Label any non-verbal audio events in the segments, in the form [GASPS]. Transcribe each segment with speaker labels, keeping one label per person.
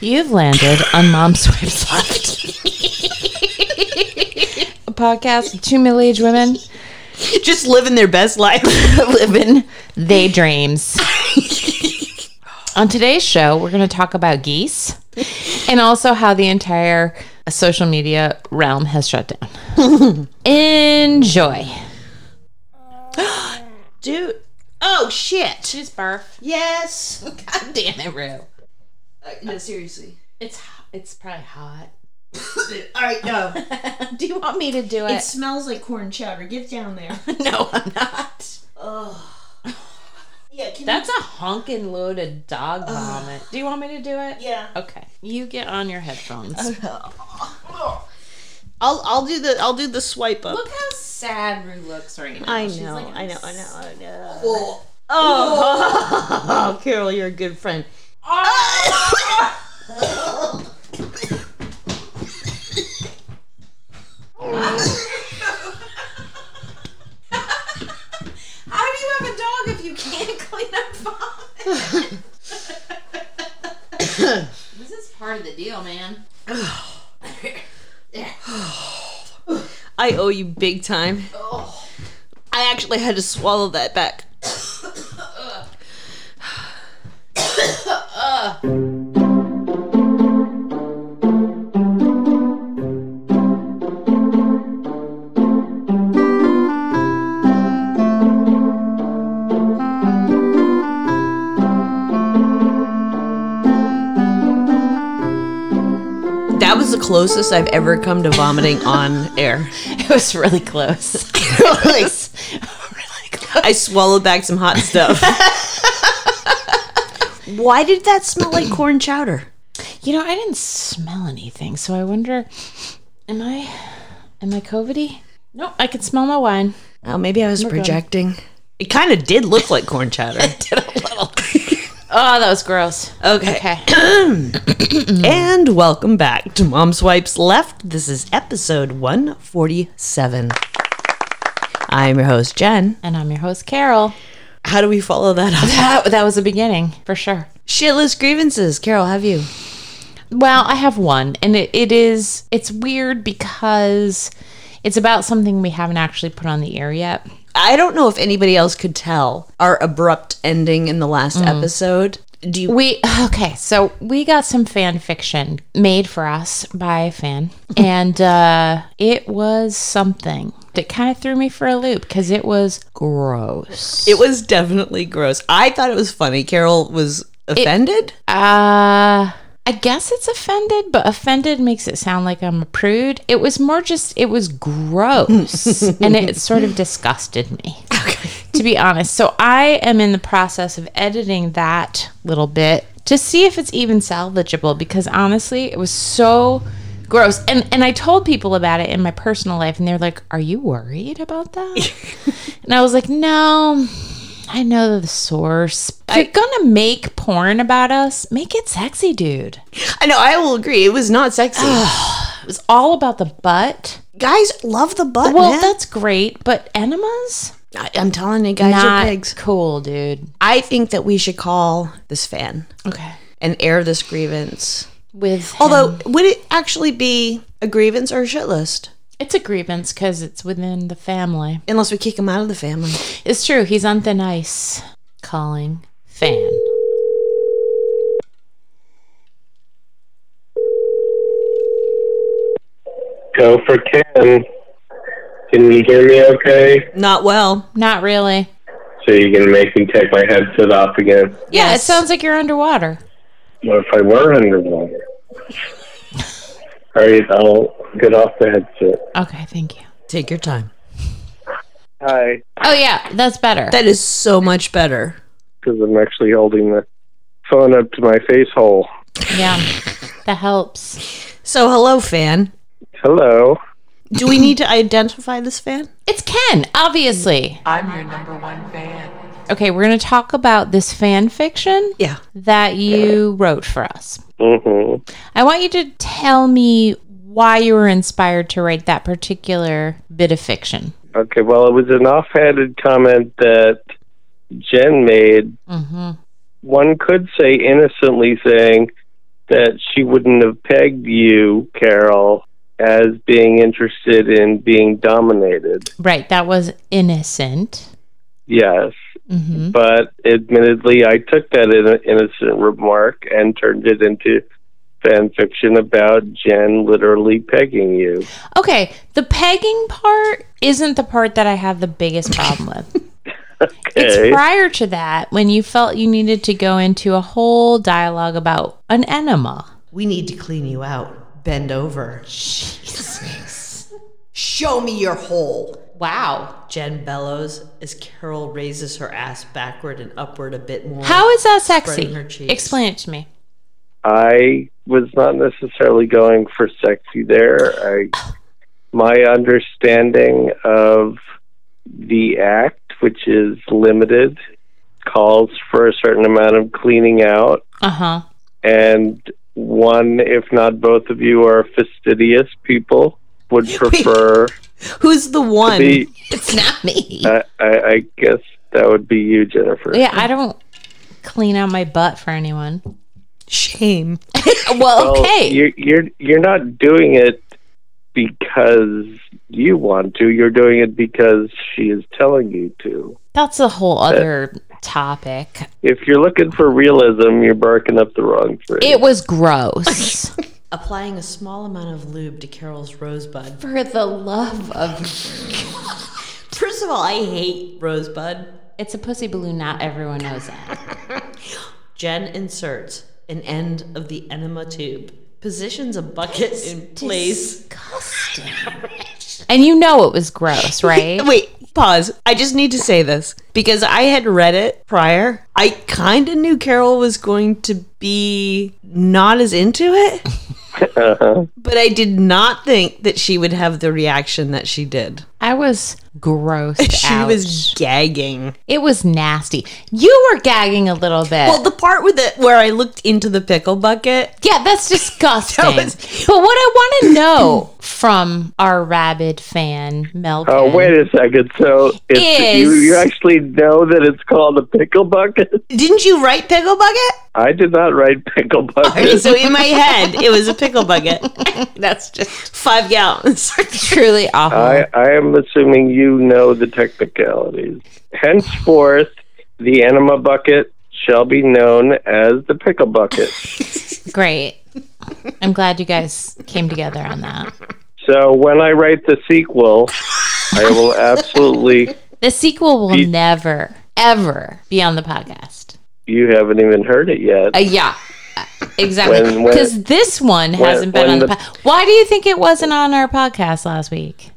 Speaker 1: You've landed on Mom's [LAUGHS] website. a podcast with two middle aged women
Speaker 2: Just living their best life.
Speaker 1: [LAUGHS] living they dreams. on today's show, we're going to talk about geese and also how the entire social media realm has shut down.
Speaker 2: [LAUGHS]
Speaker 1: Enjoy.
Speaker 2: [GASPS] Dude. Oh, shit.
Speaker 1: Just barf.
Speaker 2: Yes.
Speaker 1: God damn it, Rue.
Speaker 2: No, seriously.
Speaker 1: It's it's probably hot.
Speaker 2: All right, no.
Speaker 1: [LAUGHS]
Speaker 3: [LAUGHS]
Speaker 1: Do you want me to do it?
Speaker 3: It smells like corn chowder. Get down there.
Speaker 1: [LAUGHS] no, I'm not.
Speaker 3: yeah,
Speaker 1: [LAUGHS]
Speaker 3: can
Speaker 1: That's a honking load of dog vomit. Do you want me to do it?
Speaker 3: yeah.
Speaker 1: Okay. You get on your headphones.
Speaker 2: I'll I'll do the I'll do the swipe up.
Speaker 1: Look how sad Rue looks right now.
Speaker 3: I know, I know, I know, I know.
Speaker 2: Oh. [LAUGHS]
Speaker 3: Oh, Carol, you're a good friend.
Speaker 1: How do you have a dog if you can't [LAUGHS] clean up vomit? [LAUGHS] this is part of the deal, man.
Speaker 3: I owe you big time.
Speaker 2: I actually had to swallow that back.
Speaker 3: That was the closest I've ever come to vomiting on air.
Speaker 1: [LAUGHS] It was really [LAUGHS] close.
Speaker 2: Like,
Speaker 1: really close.
Speaker 3: I swallowed back some hot stuff. Why did that smell [CLEARS THROAT] like corn chowder?
Speaker 1: You know, I didn't smell anything, so I wonder am I am I COVIDy? No, I can smell my wine.
Speaker 3: Oh, maybe I was projecting. It kind of did look like corn chowder.
Speaker 1: Oh, that was gross.
Speaker 3: Okay.
Speaker 1: Okay.
Speaker 3: [LAUGHS] And welcome back to Mom Swipes Left. This is episode 147. I'm your host, Jen.
Speaker 1: and I'm your host, Carol.
Speaker 3: How do we follow that [LAUGHS] up?
Speaker 1: That, that was the beginning, for sure.
Speaker 3: Shitless grievances. Carol, have you?
Speaker 1: Well, I have one, and it, it is it's weird because it's about something we haven't actually put on the air yet.
Speaker 3: I don't know if anybody else could tell our abrupt ending in the last episode. Do you?
Speaker 1: We okay, so we got some fan fiction made for us by a [LAUGHS] fan, and uh, it was something that kind of threw me for a loop because it was gross.
Speaker 3: It was definitely gross. I thought it was funny. Carol was offended.
Speaker 1: Uh, I guess it's offended, but offended makes it sound like I'm a prude. It was more just it was gross, and it sort of disgusted me. to be honest. So I am in the process of editing that little bit to see if it's even salvageable because honestly, it was so gross. And and I told people about it in my personal life and they're like, "Are you worried about that?" and I was like, "No, I know the source. If you're gonna make porn about us, make it sexy, dude.
Speaker 3: I know. I will agree. It was not sexy.
Speaker 1: It was all about the butt.
Speaker 3: [SIGHS] guys love the butt.
Speaker 1: Well,
Speaker 3: man.
Speaker 1: that's great, but enemas?
Speaker 3: I, I'm telling you, guys,
Speaker 1: Not
Speaker 3: you're pigs.
Speaker 1: cool, dude.
Speaker 3: I think that we should call this fan
Speaker 1: Okay.
Speaker 3: and air this grievance.
Speaker 1: With
Speaker 3: Although, would it actually be a grievance or a shit list?
Speaker 1: It's a grievance because it's within the family.
Speaker 3: Unless we kick him out of the family.
Speaker 1: It's true. He's on thin ice. Calling fan.
Speaker 4: Go for Ken. Can you hear me okay?
Speaker 3: Not well.
Speaker 1: Not really.
Speaker 4: So you can make me take my headset off again.
Speaker 1: Yeah,
Speaker 3: Yes.
Speaker 1: it sounds like you're underwater.
Speaker 4: What if I were underwater? All right, I'll get off the headset.
Speaker 1: Okay, thank you.
Speaker 3: Take your time.
Speaker 4: Hi,
Speaker 1: Oh yeah, that's better.
Speaker 3: That is so much better.
Speaker 4: because I'm actually holding the phone up to my face hole.
Speaker 1: yeah, that helps.
Speaker 3: So, hello, fan.
Speaker 4: Hello.
Speaker 3: Do [COUGHS] we need to identify this fan?
Speaker 1: It's Ken, obviously.
Speaker 5: I'm your number one fan.
Speaker 1: Okay, we're gonna talk about this fan fiction
Speaker 3: Yeah.
Speaker 1: that you wrote for us.
Speaker 4: Mm-hmm.
Speaker 1: I want you to tell me why you were inspired to write that particular bit of fiction.
Speaker 4: Okay, well, it was an offhanded comment that Jen made.
Speaker 1: Mm-hmm.
Speaker 4: One could say innocently saying, that she wouldn't have pegged you, Carol, as being interested in being dominated.
Speaker 1: Right. That was innocent.
Speaker 4: Yes.
Speaker 1: hmm
Speaker 4: But admittedly, I took that in- innocent remark and turned it into fan fiction about Jen literally pegging you.
Speaker 1: Okay. The pegging part isn't the part that I have the biggest problem with. It's
Speaker 4: Okay.
Speaker 1: prior to that when you felt you needed to go into a whole dialogue about an enema.
Speaker 3: We need to clean you out. Bend over. Jesus. Show me your hole.
Speaker 1: Wow.
Speaker 3: Jen bellows as Carol raises her ass backward and upward a bit more.
Speaker 1: How is that
Speaker 3: Spreading
Speaker 1: sexy?
Speaker 3: her cheeks.
Speaker 1: Explain it to me.
Speaker 4: I was not necessarily going for sexy there. I, my understanding of the act, which is limited, calls for a certain amount of cleaning out,
Speaker 1: Uh huh.
Speaker 4: and one, if not both of you, are fastidious people. Would prefer
Speaker 3: Who's the one?
Speaker 4: the.
Speaker 3: It's not me.
Speaker 4: I, I, I guess that would be you, Jennifer.
Speaker 1: Yeah, I don't clean out my butt for anyone.
Speaker 3: Shame.
Speaker 1: Well,
Speaker 4: Well,
Speaker 1: okay.
Speaker 4: You're, you're you're not doing it because you want to. You're doing it because she is telling you to.
Speaker 1: That's a whole other topic.
Speaker 4: If you're looking for realism, you're barking up the wrong tree.
Speaker 1: It was gross.
Speaker 3: Applying a small amount of lube to Carol's rosebud.
Speaker 1: for the love of
Speaker 3: First of all, I hate rosebud.
Speaker 1: It's a pussy balloon, not everyone knows that.
Speaker 3: Jen inserts an end of the enema tube, positions a bucket in place.
Speaker 1: And you know it was gross, right?
Speaker 3: Wait, pause. I just need to say this because I had read it prior. I kind of knew Carol was going to be not as into it, but I did not think that she would have the reaction that she did.
Speaker 1: I was grossed
Speaker 3: She
Speaker 1: out.
Speaker 3: was gagging.
Speaker 1: it was nasty. You were gagging a little bit.
Speaker 3: Well, the part with it where I looked into the pickle bucket,
Speaker 1: yeah, that's disgusting.
Speaker 3: That was-
Speaker 1: but what I want to know from our rabid fan, Melvin.
Speaker 4: Oh wait a second! So it's,
Speaker 1: Is-
Speaker 4: you you actually know that it's called a pickle bucket?
Speaker 3: didn't you write pickle bucket?
Speaker 4: I did not
Speaker 1: [LAUGHS]
Speaker 4: write pickle
Speaker 3: Okay,
Speaker 4: bucket.
Speaker 3: so in my head, it was a pickle bucket,
Speaker 1: That's just
Speaker 3: five gallons. [LAUGHS]
Speaker 1: truly awful.
Speaker 4: I I am assuming you know the technicalities. Henceforth, the enema bucket shall be known as the pickle bucket.
Speaker 1: Great. I'm glad you guys came together on that.
Speaker 4: So when I write the sequel, I will absolutely.
Speaker 1: The sequel will never, ever be on the podcast.
Speaker 4: You haven't even heard it yet.
Speaker 1: Uh, yeah, Uh, exactly.
Speaker 4: When- when-
Speaker 1: Because this one hasn't been
Speaker 4: when
Speaker 1: on the,
Speaker 4: the-
Speaker 1: podcast. Why do you think it wasn't on our podcast last week?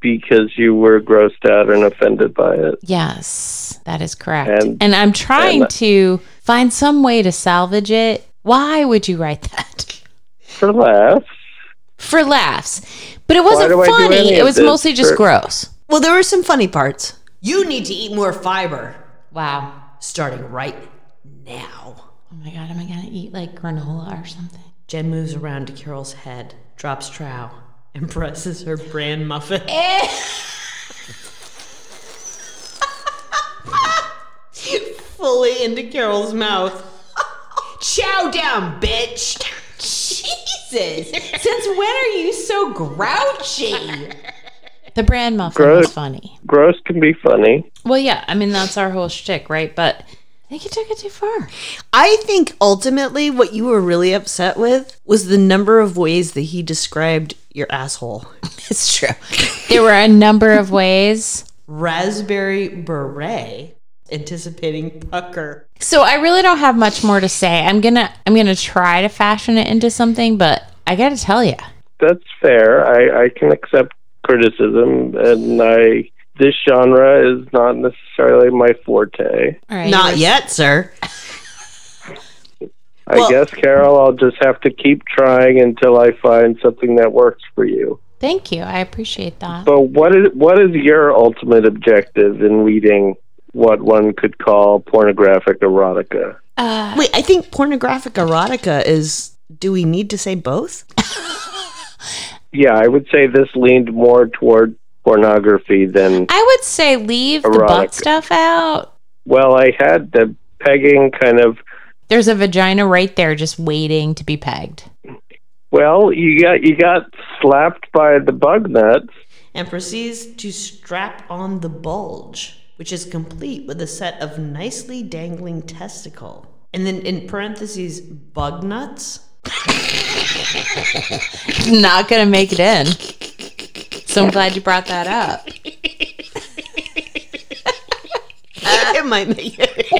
Speaker 4: because you were grossed out and offended by it.
Speaker 1: Yes, that is correct. And,
Speaker 4: And-
Speaker 1: I'm trying
Speaker 4: and-
Speaker 1: to find some way to salvage it. Why would you write that? [LAUGHS]
Speaker 4: For laughs.
Speaker 1: For laughs. But it wasn't
Speaker 4: do I do any
Speaker 1: funny. It
Speaker 4: of
Speaker 1: was
Speaker 4: this
Speaker 1: mostly just
Speaker 4: for-
Speaker 1: gross.
Speaker 3: well, there were some funny parts. You need to eat more fiber,
Speaker 1: Wow.
Speaker 3: starting right now.
Speaker 1: Oh my God, am I going to eat like granola or something?
Speaker 3: Jen moves around to Carol's head, drops trow, [LAUGHS] and presses her bran muffin. [LAUGHS] Fully into Carol's mouth. Chow down, bitch! Jesus! Since when are you so grouchy?
Speaker 1: The brand muffin was
Speaker 4: Gross.
Speaker 1: funny.
Speaker 4: Gross can be funny.
Speaker 1: Well, yeah, I mean, that's our whole shtick, right? But I think you took it too far.
Speaker 3: I think ultimately what you were really upset with was the number of ways that he described your asshole.
Speaker 1: [LAUGHS] It's true. There were a number of ways.
Speaker 3: Raspberry beret, anticipating pucker.
Speaker 1: So I really don't have much more to say. I'm going to I'm going to try to fashion it into something, but I got to tell you.
Speaker 4: That's fair. I, I can accept criticism, and I this genre is not necessarily my forte.
Speaker 1: All right.
Speaker 3: Not yet, sir.
Speaker 4: I
Speaker 3: Well-
Speaker 4: guess, Carol, I'll just have to keep trying until I find something that works for you.
Speaker 1: Thank you. I appreciate that.
Speaker 4: But what is what is your ultimate objective in reading what one could call pornographic erotica?
Speaker 1: Uh,
Speaker 3: Wait, I think pornographic erotica is. Do we need to say both?
Speaker 4: Yeah, I would say this leaned more toward pornography than
Speaker 1: I would say leave the butt
Speaker 4: Erotic.
Speaker 1: stuff out.
Speaker 4: well, I had the pegging kind of
Speaker 1: There's a vagina right there just waiting to be pegged. [LAUGHS]
Speaker 4: Well, you got you got slapped by the bug nuts.
Speaker 3: and proceeds to strap on the bulge, which is complete with a set of nicely dangling testicle. And then in parentheses, bug nuts.
Speaker 1: Not going to make it in. So I'm glad you brought that up.
Speaker 3: [LAUGHS] it might make it.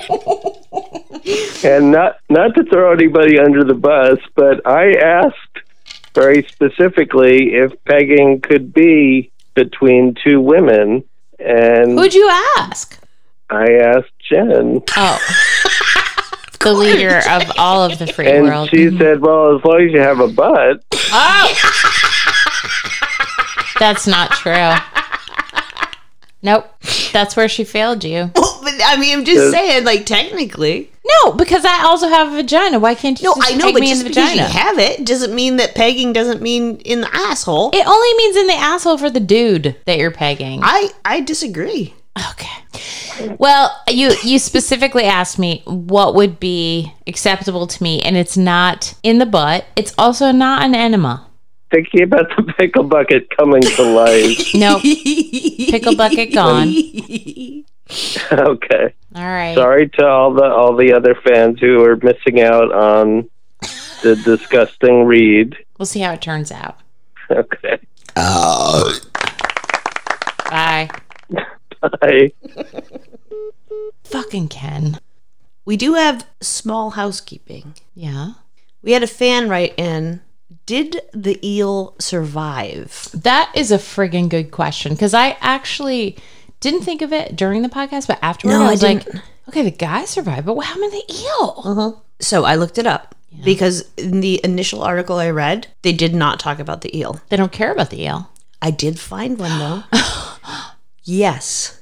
Speaker 4: And not not to throw anybody under the bus, but I asked very specifically if pegging could be between two women, and
Speaker 1: Who'd you ask?
Speaker 4: I asked Jen,
Speaker 1: [LAUGHS] Oh. the leader of all of the free
Speaker 4: and
Speaker 1: world.
Speaker 4: she said, "Well, as long as you have a butt."
Speaker 1: Oh! That's not true. Nope. That's where she failed you.
Speaker 3: Well, but I mean, I'm just
Speaker 4: Does-
Speaker 3: saying, like, technically.
Speaker 1: No, because I also have a vagina. Why can't you
Speaker 3: No,
Speaker 1: just
Speaker 3: I know,
Speaker 1: peg
Speaker 3: but
Speaker 1: me in
Speaker 3: just
Speaker 1: the
Speaker 3: because you
Speaker 1: vagina?
Speaker 3: have it doesn't mean that pegging doesn't mean in the asshole.
Speaker 1: it only means in the asshole for the dude that you're pegging.
Speaker 3: I, I disagree.
Speaker 1: Okay. Well, you you specifically asked me what would be acceptable to me, and it's not in the butt. It's also not an enema.
Speaker 4: Thinking about the [LAUGHS] pickle bucket coming to
Speaker 1: [LAUGHS]
Speaker 3: [LAUGHS]
Speaker 4: life.
Speaker 1: No, pickle bucket gone.
Speaker 4: okay.
Speaker 1: All right.
Speaker 4: Sorry to all the all the other fans who are missing out on the disgusting read. [LAUGHS]
Speaker 1: We'll see how it turns out.
Speaker 4: Okay.
Speaker 1: Bye.
Speaker 4: Bye.
Speaker 1: Fucking Ken.
Speaker 3: We do have small housekeeping.
Speaker 1: Yeah.
Speaker 3: We had a fan write in Did the eel survive?
Speaker 1: That is a friggin' good question because I actually didn't think of it during the podcast, but afterward
Speaker 3: No,
Speaker 1: I
Speaker 3: I
Speaker 1: was like, okay, the guy survived, but what happened to the eel?
Speaker 3: Uh-huh. So I looked it up because in the initial article I read, they did not talk about the eel.
Speaker 1: They don't care about the eel.
Speaker 3: I did find
Speaker 1: [GASPS]
Speaker 3: one though. yes.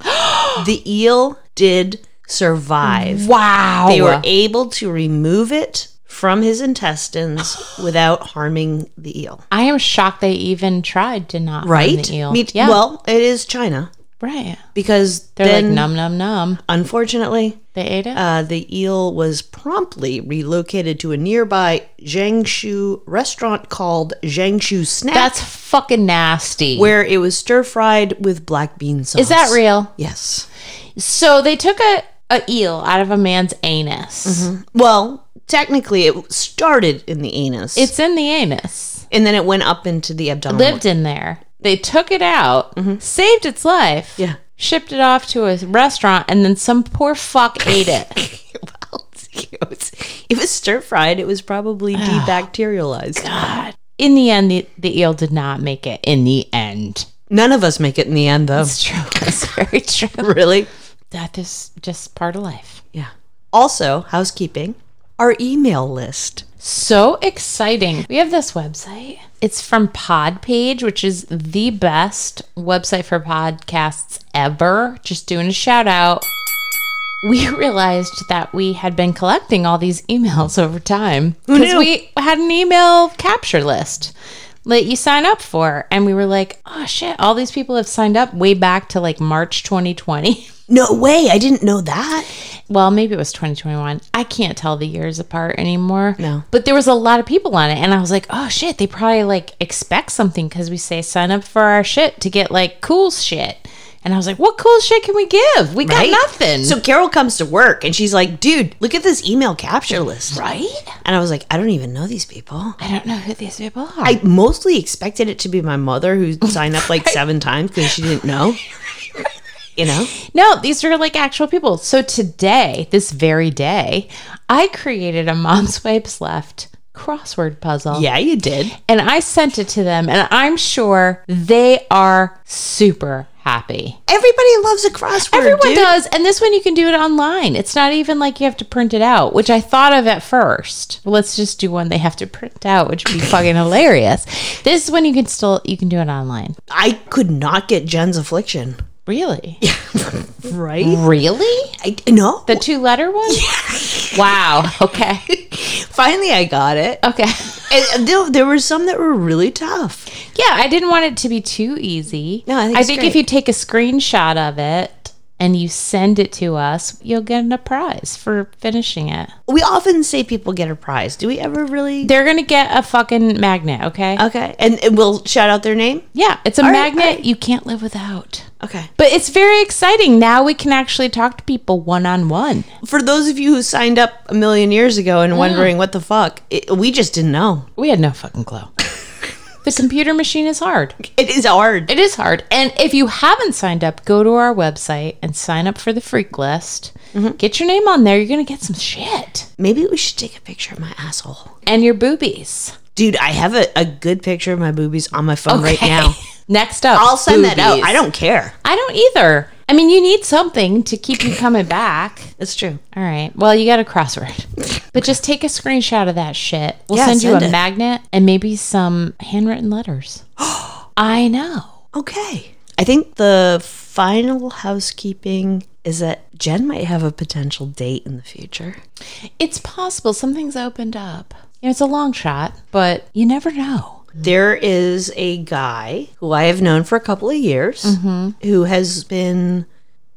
Speaker 3: the eel did survive.
Speaker 1: Wow.
Speaker 3: They were able to remove it from
Speaker 1: [GASPS]
Speaker 3: his intestines without harming the eel.
Speaker 1: I am shocked they even tried to not right?
Speaker 3: Right?
Speaker 1: the eel.
Speaker 3: Me-
Speaker 1: yeah.
Speaker 3: Well, it is China
Speaker 1: right.
Speaker 3: because
Speaker 1: They're
Speaker 3: then,
Speaker 1: like num num num.
Speaker 3: unfortunately,
Speaker 1: They ate it.
Speaker 3: uh, the eel was promptly relocated to a nearby Jiangsu restaurant called Jiangsu Snack.
Speaker 1: That's fucking nasty.
Speaker 3: where it was stir fried with black bean sauce.
Speaker 1: is that real?
Speaker 3: Yes.
Speaker 1: So they took a, a eel out of a man's anus.
Speaker 3: Mm-hmm. Well, technically, it started in the anus,
Speaker 1: It's in the anus.
Speaker 3: and then it went up into the abdominal.
Speaker 1: Lived in there. They took it out, saved its life.
Speaker 3: [LAUGHS] Yeah. [LAUGHS]
Speaker 1: Shipped it off to a restaurant and then some poor fuck ate it.
Speaker 3: well, it was, it was stir fried. It was probably
Speaker 1: Ah.
Speaker 3: debacterialized.
Speaker 1: In the end, the, the eel did not make it. In the end.
Speaker 3: None of us make it in the end, though.
Speaker 1: It's [LAUGHS] true. It's very true.
Speaker 3: really?
Speaker 1: That is just part of life.
Speaker 3: Yeah. Also, housekeeping. Our email list.
Speaker 1: So exciting. We have this website. It's from Podpage, which is the best website for podcasts ever. Just doing a shout out. We [LAUGHS] realized that we had been collecting all these emails over time because
Speaker 3: knew?
Speaker 1: we had an email capture list that you sign up for. And we were like, oh shit, all these people have signed up way back to like March [LAUGHS] 2020.
Speaker 3: No way! I didn't know that.
Speaker 1: well, maybe it was 2021. I can't tell the years apart anymore.
Speaker 3: No.
Speaker 1: But there was a lot of people on it. And I was like, oh shit, they probably like expect something because we say sign up for our shit to get like cool shit. And I was like, what cool shit can we give? We
Speaker 3: Right?
Speaker 1: got nothing.
Speaker 3: So Carol comes to work and she's like, "Dude, look at this email capture list."
Speaker 1: right?
Speaker 3: And I was like, "I don't even know these people."
Speaker 1: I don't know who these people are.
Speaker 3: I mostly expected it to be my mother [LAUGHS] who signed up like seven times because she didn't [LAUGHS] know. You know?
Speaker 1: No, these are like actual people. So today, this very day, I created a Mom [LAUGHS] Swipes Left crossword puzzle.
Speaker 3: Yeah, you did.
Speaker 1: and I sent it to them, and I'm sure they are super happy.
Speaker 3: Everybody loves a crossword.
Speaker 1: Everyone
Speaker 3: dude.
Speaker 1: does, and this one you can do it online. It's not even like you have to print it out, which I thought of at first. Let's just do one they have to print out, which would be
Speaker 3: [LAUGHS]
Speaker 1: fucking hilarious. This is when you can still you can do it online.
Speaker 3: I could not get Jen's affliction.
Speaker 1: Really?
Speaker 3: Right?
Speaker 1: Really?
Speaker 3: I no.
Speaker 1: The two letter one? [LAUGHS] Wow. Okay.
Speaker 3: Finally, I got [LAUGHS] it.
Speaker 1: Okay.
Speaker 3: And there, there were some that were really tough.
Speaker 1: Yeah, I didn't want it to be too easy.
Speaker 3: No, I think it's
Speaker 1: think if
Speaker 3: great.
Speaker 1: you take a screenshot of it and you send it to us, you'll get a prize for finishing it.
Speaker 3: We often say people get a prize. Do we ever really?
Speaker 1: They're gonna get a fucking magnet, okay?
Speaker 3: Okay. And, and we'll shout out their name?
Speaker 1: yeah, it's a
Speaker 3: right,
Speaker 1: magnet
Speaker 3: all right.
Speaker 1: you can't live without.
Speaker 3: Okay.
Speaker 1: But it's very exciting. Now we can actually talk to people one on one.
Speaker 3: For those of you who signed up a million years ago and wondering what the fuck, it, we just didn't know.
Speaker 1: We had no fucking clue. the computer machine is hard.
Speaker 3: It is hard.
Speaker 1: It is hard. And if you haven't signed up, go to our website and sign up for the freak list. Get your name on there. You're going to get some shit.
Speaker 3: Maybe we should take a picture of my asshole.
Speaker 1: And your boobies.
Speaker 3: Dude, I have a, a good picture of my boobies on my phone right now.
Speaker 1: [LAUGHS] Next up.
Speaker 3: [LAUGHS] I'll send that out.
Speaker 1: boobies.
Speaker 3: I don't care.
Speaker 1: I don't either. I mean, you need something to keep you coming back.
Speaker 3: That's true.
Speaker 1: All right. Well, you got a crossword. But just take a screenshot of that shit. We'll
Speaker 3: Yeah,
Speaker 1: send you
Speaker 3: send
Speaker 1: a
Speaker 3: it.
Speaker 1: magnet and maybe some handwritten
Speaker 3: [GASPS]
Speaker 1: letters. I know.
Speaker 3: Okay. I think the final housekeeping is that Jen might have a potential date in the future.
Speaker 1: It's possible something's opened up. You know, it's a long shot, but you never know.
Speaker 3: There is a guy who I have known for a couple of years who has been,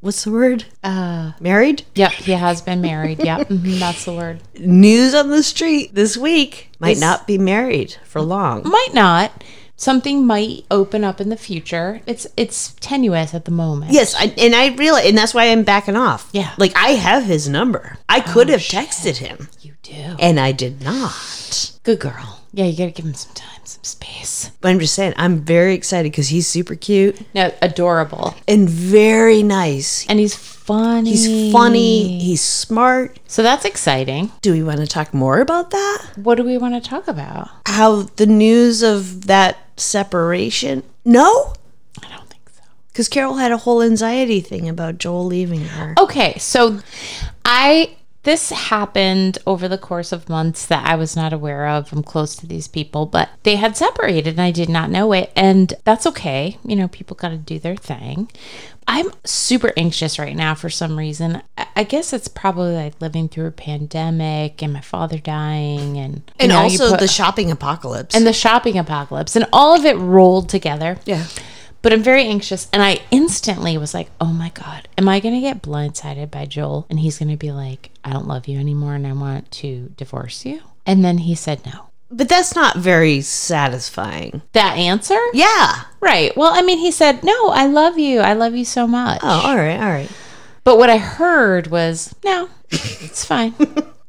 Speaker 3: what's the word? Uh, Married?
Speaker 1: Yep, he has been married.
Speaker 3: [LAUGHS]
Speaker 1: Yep, mhm, that's the word.
Speaker 3: News on the street this week might not be married for long.
Speaker 1: Might not. Something might open up in the future. It's it's tenuous at the moment.
Speaker 3: Yes, I, and I realize, and that's why I'm backing off.
Speaker 1: Yeah.
Speaker 3: like I have his number. I could have texted him,
Speaker 1: you do.
Speaker 3: and I did not. Good girl.
Speaker 1: Yeah, you gotta give him some time, some space.
Speaker 3: But I'm just saying, I'm very excited because he's super cute
Speaker 1: No, adorable,
Speaker 3: and very nice.
Speaker 1: and he's funny.
Speaker 3: He's funny. He's smart.
Speaker 1: So that's exciting.
Speaker 3: Do we want to talk more about that?
Speaker 1: What do we want to talk about?
Speaker 3: How the news of that separation? No,
Speaker 1: I don't think so.
Speaker 3: because Carol had a whole anxiety thing about Joel leaving her.
Speaker 1: Okay, so I this happened over the course of months that I was not aware of. I'm close to these people, but they had separated and I did not know it. And that's okay. You know, people got to do their thing. I'm super anxious right now for some reason. I- I guess it's probably like living through a pandemic and my father dying and you
Speaker 3: And
Speaker 1: know, you
Speaker 3: also
Speaker 1: put-
Speaker 3: the shopping apocalypse.
Speaker 1: and the shopping apocalypse and all of it rolled together.
Speaker 3: yeah.
Speaker 1: But I'm very anxious. And I instantly was like, oh my God, am I going to get blindsided by Joel? And he's going to be like, I don't love you anymore and I want to divorce you. And then he said no.
Speaker 3: But that's not very satisfying.
Speaker 1: That answer?
Speaker 3: Yeah.
Speaker 1: Right. Well, I mean, he said, no, I love you. I love you so much.
Speaker 3: Oh, all right, all right.
Speaker 1: But what I heard was,
Speaker 3: [LAUGHS]
Speaker 1: no, it's fine.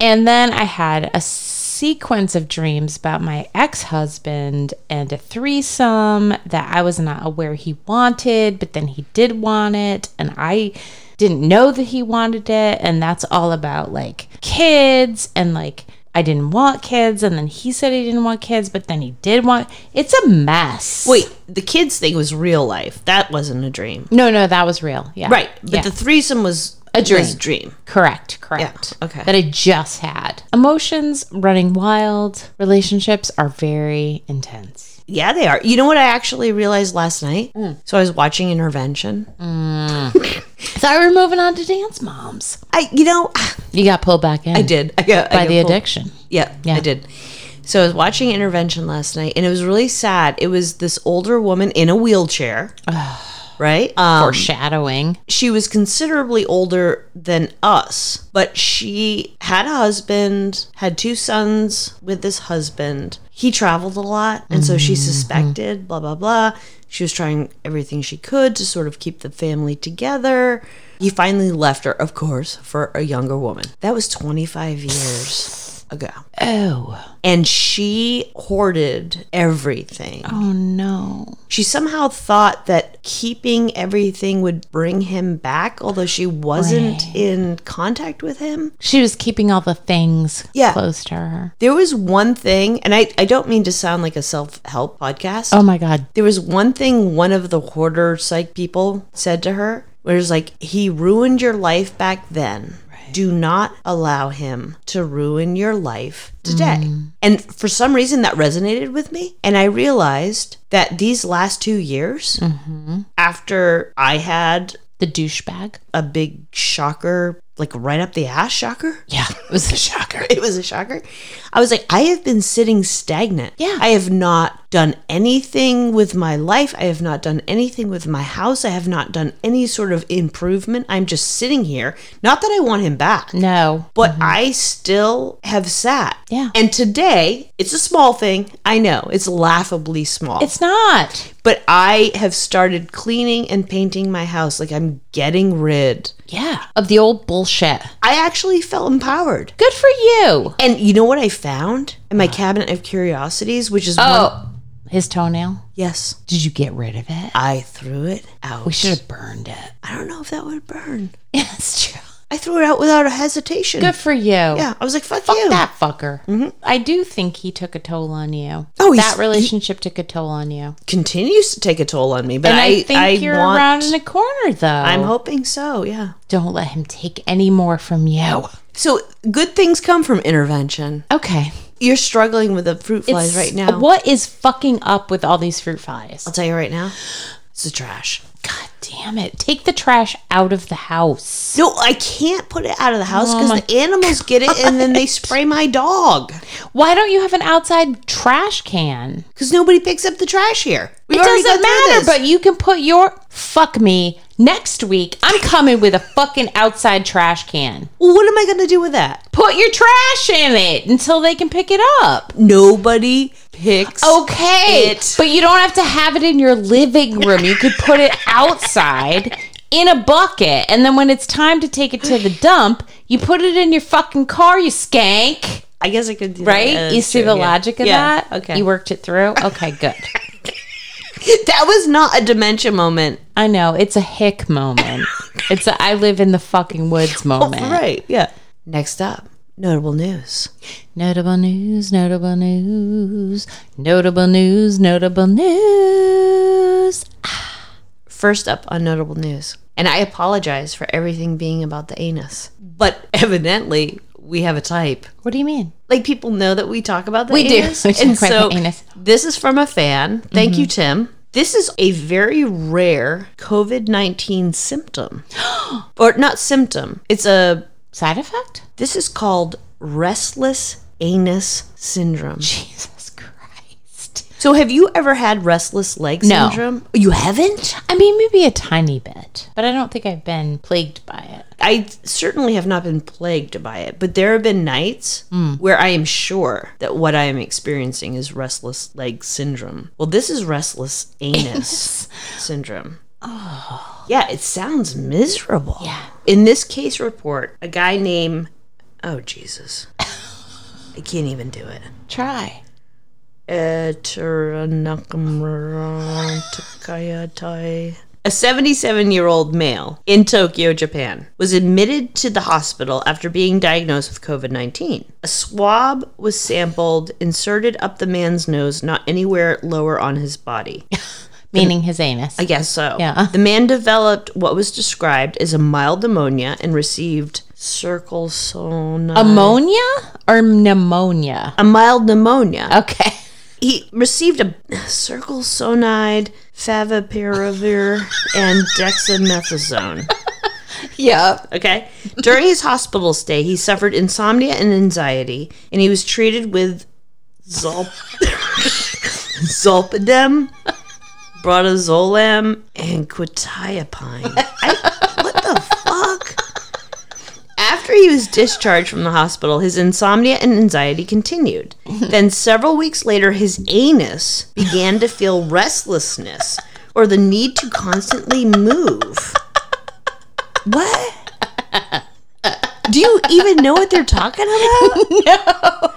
Speaker 1: and then I had a sequence of dreams about my ex husband and a threesome that I was not aware he wanted, but then he did want it. And I didn't know that he wanted it. And that's all about like kids and like. I didn't want kids, and then he said he didn't want kids, but then he did want. It's a mess.
Speaker 3: Wait, the kids thing was real life. That wasn't a dream.
Speaker 1: no, no, that was real. Yeah,
Speaker 3: Right. But
Speaker 1: yeah.
Speaker 3: the threesome was
Speaker 1: A dream.
Speaker 3: was dream.
Speaker 1: Correct, correct.
Speaker 3: Yeah, okay.
Speaker 1: That I just had. Emotions running wild. Relationships are very intense.
Speaker 3: Yeah, they are. You know what I actually realized last night? So I was watching Intervention.
Speaker 1: So we were moving on to dance moms.
Speaker 3: I you know, [SIGHS]
Speaker 1: You got pulled back in
Speaker 3: I did. I got
Speaker 1: by
Speaker 3: I got
Speaker 1: the
Speaker 3: pulled-
Speaker 1: addiction.
Speaker 3: Yeah,
Speaker 1: Yeah.
Speaker 3: I did. So I was watching Intervention last night and it was really sad. It was this older woman in a wheelchair. right? Um,
Speaker 1: Foreshadowing.
Speaker 3: she was considerably older than us, but she had a husband, had two sons with this husband. He traveled a lot, and so she suspected, blah, blah, blah. She was trying everything she could to sort of keep the family together. He finally left her, of course, for a younger woman. That was 25 years ago.
Speaker 1: Oh.
Speaker 3: And she hoarded everything.
Speaker 1: Oh no.
Speaker 3: She somehow thought that keeping everything would bring him back, although she wasn't in contact with him.
Speaker 1: She was keeping all the things
Speaker 3: Yeah.
Speaker 1: close to her.
Speaker 3: There was one thing, and I, I don't mean to sound like a self help podcast.
Speaker 1: Oh my god.
Speaker 3: There was one thing one of the hoarder psych people said to her, where it's like, he ruined your life back then. Do not allow him to ruin your life today. And for some reason, that resonated with me. And I realized that these last two years, after I had
Speaker 1: The douchebag.
Speaker 3: a big shocker like right up the ass shocker.
Speaker 1: Yeah, it was a shocker.
Speaker 3: [LAUGHS] It was a shocker. I was like, I have been sitting stagnant.
Speaker 1: Yeah.
Speaker 3: I have not done anything with my life. I have not done anything with my house. I have not done any sort of improvement. I'm just sitting here. Not that I want him back.
Speaker 1: No.
Speaker 3: But I still have sat.
Speaker 1: Mm-hmm. Yeah.
Speaker 3: And today, it's a small thing. I know it's laughably small.
Speaker 1: It's not.
Speaker 3: but I have started cleaning and painting my house. Like I'm getting rid.
Speaker 1: Yeah. Of the old bullshit.
Speaker 3: I actually felt empowered.
Speaker 1: Good for you.
Speaker 3: And you know what I found in my cabinet of curiosities, which is one-
Speaker 1: Oh, his toenail.
Speaker 3: yes,
Speaker 1: Did you get rid of it?
Speaker 3: I threw it out.
Speaker 1: We should have burned it. [LAUGHS]
Speaker 3: I don't know if that would burn.
Speaker 1: Yeah, it's true.
Speaker 3: I threw it out without a hesitation.
Speaker 1: Good for you.
Speaker 3: yeah, I was like, "Fuck,
Speaker 1: Fuck
Speaker 3: you."
Speaker 1: that fucker. I do think he took a toll on you.
Speaker 3: Oh, he's-
Speaker 1: that relationship took a toll on you.
Speaker 3: Continues to take a toll on me, but
Speaker 1: And I,
Speaker 3: I,
Speaker 1: think
Speaker 3: I
Speaker 1: you're
Speaker 3: want-
Speaker 1: around in a corner, though.
Speaker 3: I'm hoping so. Yeah.
Speaker 1: Don't let him take any more from you.
Speaker 3: So good things come from intervention.
Speaker 1: Okay.
Speaker 3: You're struggling with the fruit flies
Speaker 1: It's-
Speaker 3: right now.
Speaker 1: What is fucking up with all these fruit flies?
Speaker 3: I'll tell you right now. It's the trash.
Speaker 1: God damn it. Take the trash out of the house.
Speaker 3: No, I can't put it out of the house
Speaker 1: Oh
Speaker 3: because
Speaker 1: my
Speaker 3: the animals get it and then
Speaker 1: [LAUGHS]
Speaker 3: they spray my dog.
Speaker 1: Why don't you have an outside trash can?
Speaker 3: Because nobody picks up the trash here. We've
Speaker 1: it
Speaker 3: already
Speaker 1: doesn't
Speaker 3: gone through
Speaker 1: matter,
Speaker 3: this.
Speaker 1: but you can put your fuck me next week. I'm coming with a fucking outside trash can.
Speaker 3: Well, what am I going to do with that?
Speaker 1: Put your trash in it until they can pick it up.
Speaker 3: Nobody picks.
Speaker 1: Okay.
Speaker 3: It-
Speaker 1: But you don't have to have it in your living room. You could put it outside in a bucket. And then when it's time to take it to the dump, you put it in your fucking car, you skank.
Speaker 3: I guess I could do
Speaker 1: Right?
Speaker 3: that.
Speaker 1: you see the logic of
Speaker 3: Yeah,
Speaker 1: that?
Speaker 3: okay.
Speaker 1: You
Speaker 3: [LAUGHS]
Speaker 1: worked it through? Okay, good.
Speaker 3: That was not a dementia moment.
Speaker 1: I know. It's a hick moment. It's a I live in the fucking woods
Speaker 3: [LAUGHS]
Speaker 1: moment.
Speaker 3: Right. Yeah. Next up, notable news.
Speaker 1: Notable news, notable news, notable news, notable news.
Speaker 3: First up on notable news. And I apologize for everything being about the anus. But evidently, we have a type.
Speaker 1: What do you mean?
Speaker 3: like people know that we talk about the
Speaker 1: We do. [LAUGHS]
Speaker 3: anus.
Speaker 1: We talk
Speaker 3: and
Speaker 1: about
Speaker 3: so
Speaker 1: the anus. Mm-hmm.
Speaker 3: this is from a fan. Thank you, Tim. This is a very rare COVID
Speaker 1: [GASPS]
Speaker 3: nineteen symptom, or not symptom. It's a.
Speaker 1: Side effect? [LAUGHS]
Speaker 3: This is called restless anus syndrome.
Speaker 1: Jesus Christ.
Speaker 3: So, have you ever had restless leg
Speaker 1: No.
Speaker 3: syndrome? You haven't.
Speaker 1: I mean, maybe a tiny bit, but I don't think I've been plagued by it.
Speaker 3: I certainly have not been plagued by it, but there have been nights where I am sure that what I am experiencing is restless leg syndrome. Well, this is restless [LAUGHS] anus syndrome. Oh. Yeah, it sounds miserable. Yeah. In this case report, a guy named Oh [LAUGHS] Jesus. I can't even do it.
Speaker 1: Try.
Speaker 3: A 77 year old male in Tokyo, Japan, was admitted to the hospital after being diagnosed with COVID 19. A swab was sampled, inserted up the man's nose, not anywhere lower on his body. [LAUGHS]
Speaker 1: Meaning his anus.
Speaker 3: I guess so.
Speaker 1: Yeah.
Speaker 3: The man developed what was described as a mild pneumonia and received circle
Speaker 1: Ammonia or pneumonia?
Speaker 3: a mild pneumonia.
Speaker 1: Okay. [LAUGHS]
Speaker 3: he received a circle sonide favipiravir and dexamethasone
Speaker 1: Yeah.
Speaker 3: okay during his hospital stay he suffered insomnia and anxiety and he was treated with zol- [LAUGHS] zolpidem bradazolam and quetiapine I- what the fuck after he was discharged from the hospital, his insomnia and anxiety continued. then, several weeks later, his anus began to feel restlessness or the need to constantly move. What? Do you even know what they're talking about?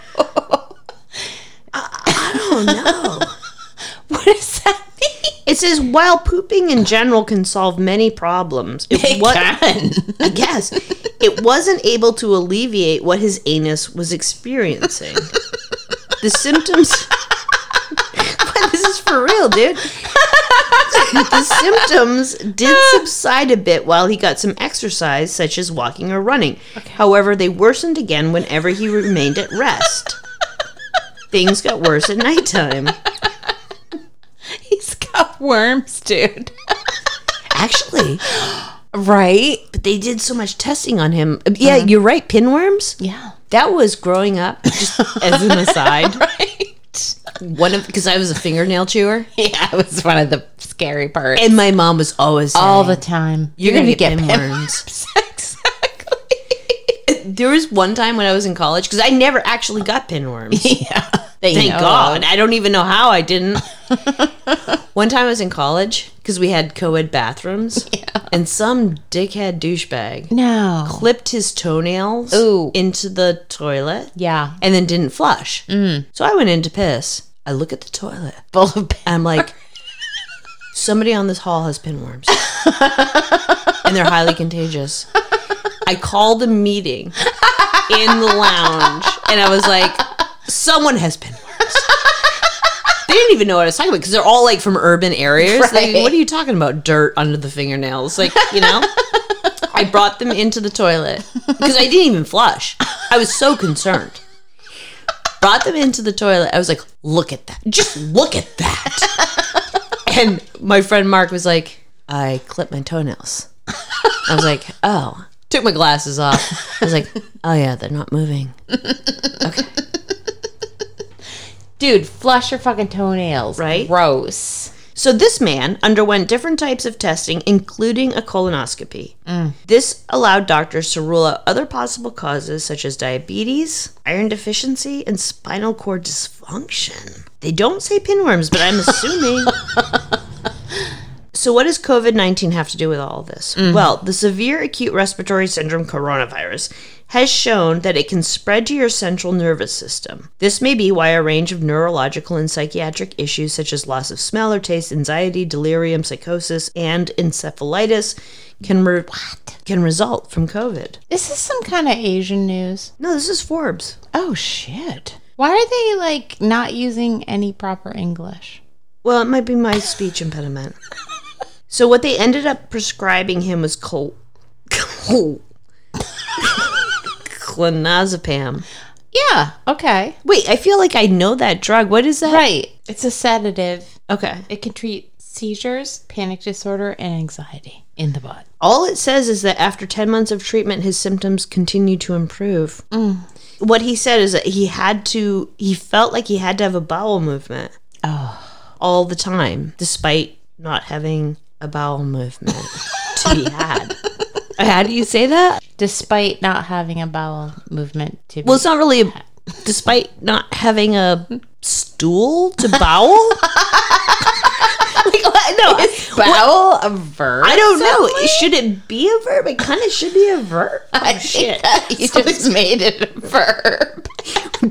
Speaker 1: What does that mean?
Speaker 3: It says while pooping in general can solve many problems, it
Speaker 1: [LAUGHS]
Speaker 3: wa-
Speaker 1: can.
Speaker 3: yes, it wasn't able to alleviate what his anus was experiencing. the symptoms. [LAUGHS] What, this is for real, dude. the symptoms did subside a bit while he got some exercise, such as walking or running. However, they worsened again whenever he remained at rest. Things got worse at nighttime.
Speaker 1: He's got worms, dude.
Speaker 3: Actually,
Speaker 1: Right?
Speaker 3: But they did so much testing on him. Yeah, you're right. Pinworms.
Speaker 1: Yeah.
Speaker 3: That was growing up. Just as an aside,
Speaker 1: Right.
Speaker 3: one of because I was a fingernail chewer,
Speaker 1: [LAUGHS] Yeah, it was one of the scary parts.
Speaker 3: and my mom was always saying,
Speaker 1: All the time.
Speaker 3: You're gonna get
Speaker 1: pin
Speaker 3: pinworms.
Speaker 1: marks. [LAUGHS] exactly.
Speaker 3: There was one time when I was in college because I never actually
Speaker 1: [LAUGHS]
Speaker 3: got pinworms.
Speaker 1: [LAUGHS] Yeah.
Speaker 3: Thank
Speaker 1: know of.
Speaker 3: God. I don't even know how
Speaker 1: [LAUGHS]
Speaker 3: I didn't. One time I was in college because we had co
Speaker 1: [LAUGHS]
Speaker 3: ed bathrooms, and some dickhead douchebag
Speaker 1: No.
Speaker 3: clipped his toenails
Speaker 1: Ooh.
Speaker 3: into the toilet
Speaker 1: Yeah. [LAUGHS] Mm.
Speaker 3: and then didn't flush. So I went in to piss. I look at the toilet.
Speaker 1: Full of pin- [LAUGHS]
Speaker 3: I'm like, somebody on this hall has pinworms, and they're highly contagious. I called a meeting in the lounge, and I was like, someone has pinworms. They didn't even know what I was talking about because they're all like from urban areas. Like,
Speaker 1: Right.
Speaker 3: what are you talking about? Dirt under the fingernails, like you know. I brought them into the toilet because I didn't even flush. I was so concerned. Brought them into the toilet. I was like, look at that. Just look at that. and my friend Mark was like, I clipped my toenails. I was like, oh. Took my glasses off. I was like, oh yeah, they're not moving.
Speaker 1: Dude, flush your fucking toenails.
Speaker 3: Right?
Speaker 1: Gross.
Speaker 3: So this man underwent different types of testing, including a colonoscopy. This allowed doctors to rule out other possible causes such as diabetes, iron deficiency, and spinal cord dysfunction. They don't say pinworms, but I'm assuming. So, what does COVID 19 have to do with all of this? Well, the severe acute respiratory syndrome coronavirus has shown that it can spread to your central nervous system. This may be why a range of neurological and psychiatric issues, such as loss of smell or taste, anxiety, delirium, psychosis, and encephalitis, can, re- can result from COVID.
Speaker 1: Is this some kind of Asian news?
Speaker 3: No, this is Forbes.
Speaker 1: Oh, shit. Why are they, like, not using any proper English?
Speaker 3: Well, it might be my speech impediment. so what they ended up prescribing him was col- col- clonazepam.
Speaker 1: Yeah. Okay.
Speaker 3: Wait, I feel like I know that drug. What is that?
Speaker 1: Right. It's a sedative.
Speaker 3: Okay.
Speaker 1: It can treat seizures, panic disorder, and anxiety in the butt.
Speaker 3: All it says is that after 10 months of treatment, his symptoms continue to improve. What he said is that he had to, he felt like he had to have a bowel movement
Speaker 1: Oh.
Speaker 3: all the time, despite not having a bowel movement to be had. How do you say that?
Speaker 1: Despite not having a bowel movement to
Speaker 3: Well, it's not really a, despite not having a stool to
Speaker 1: [LAUGHS]
Speaker 3: bowel. like, what? no,
Speaker 1: be bowel a verb.
Speaker 3: I don't know. Should it be a verb? It kind of should be a
Speaker 1: [LAUGHS]
Speaker 3: verb. Oh, shit.
Speaker 1: You just made it a verb.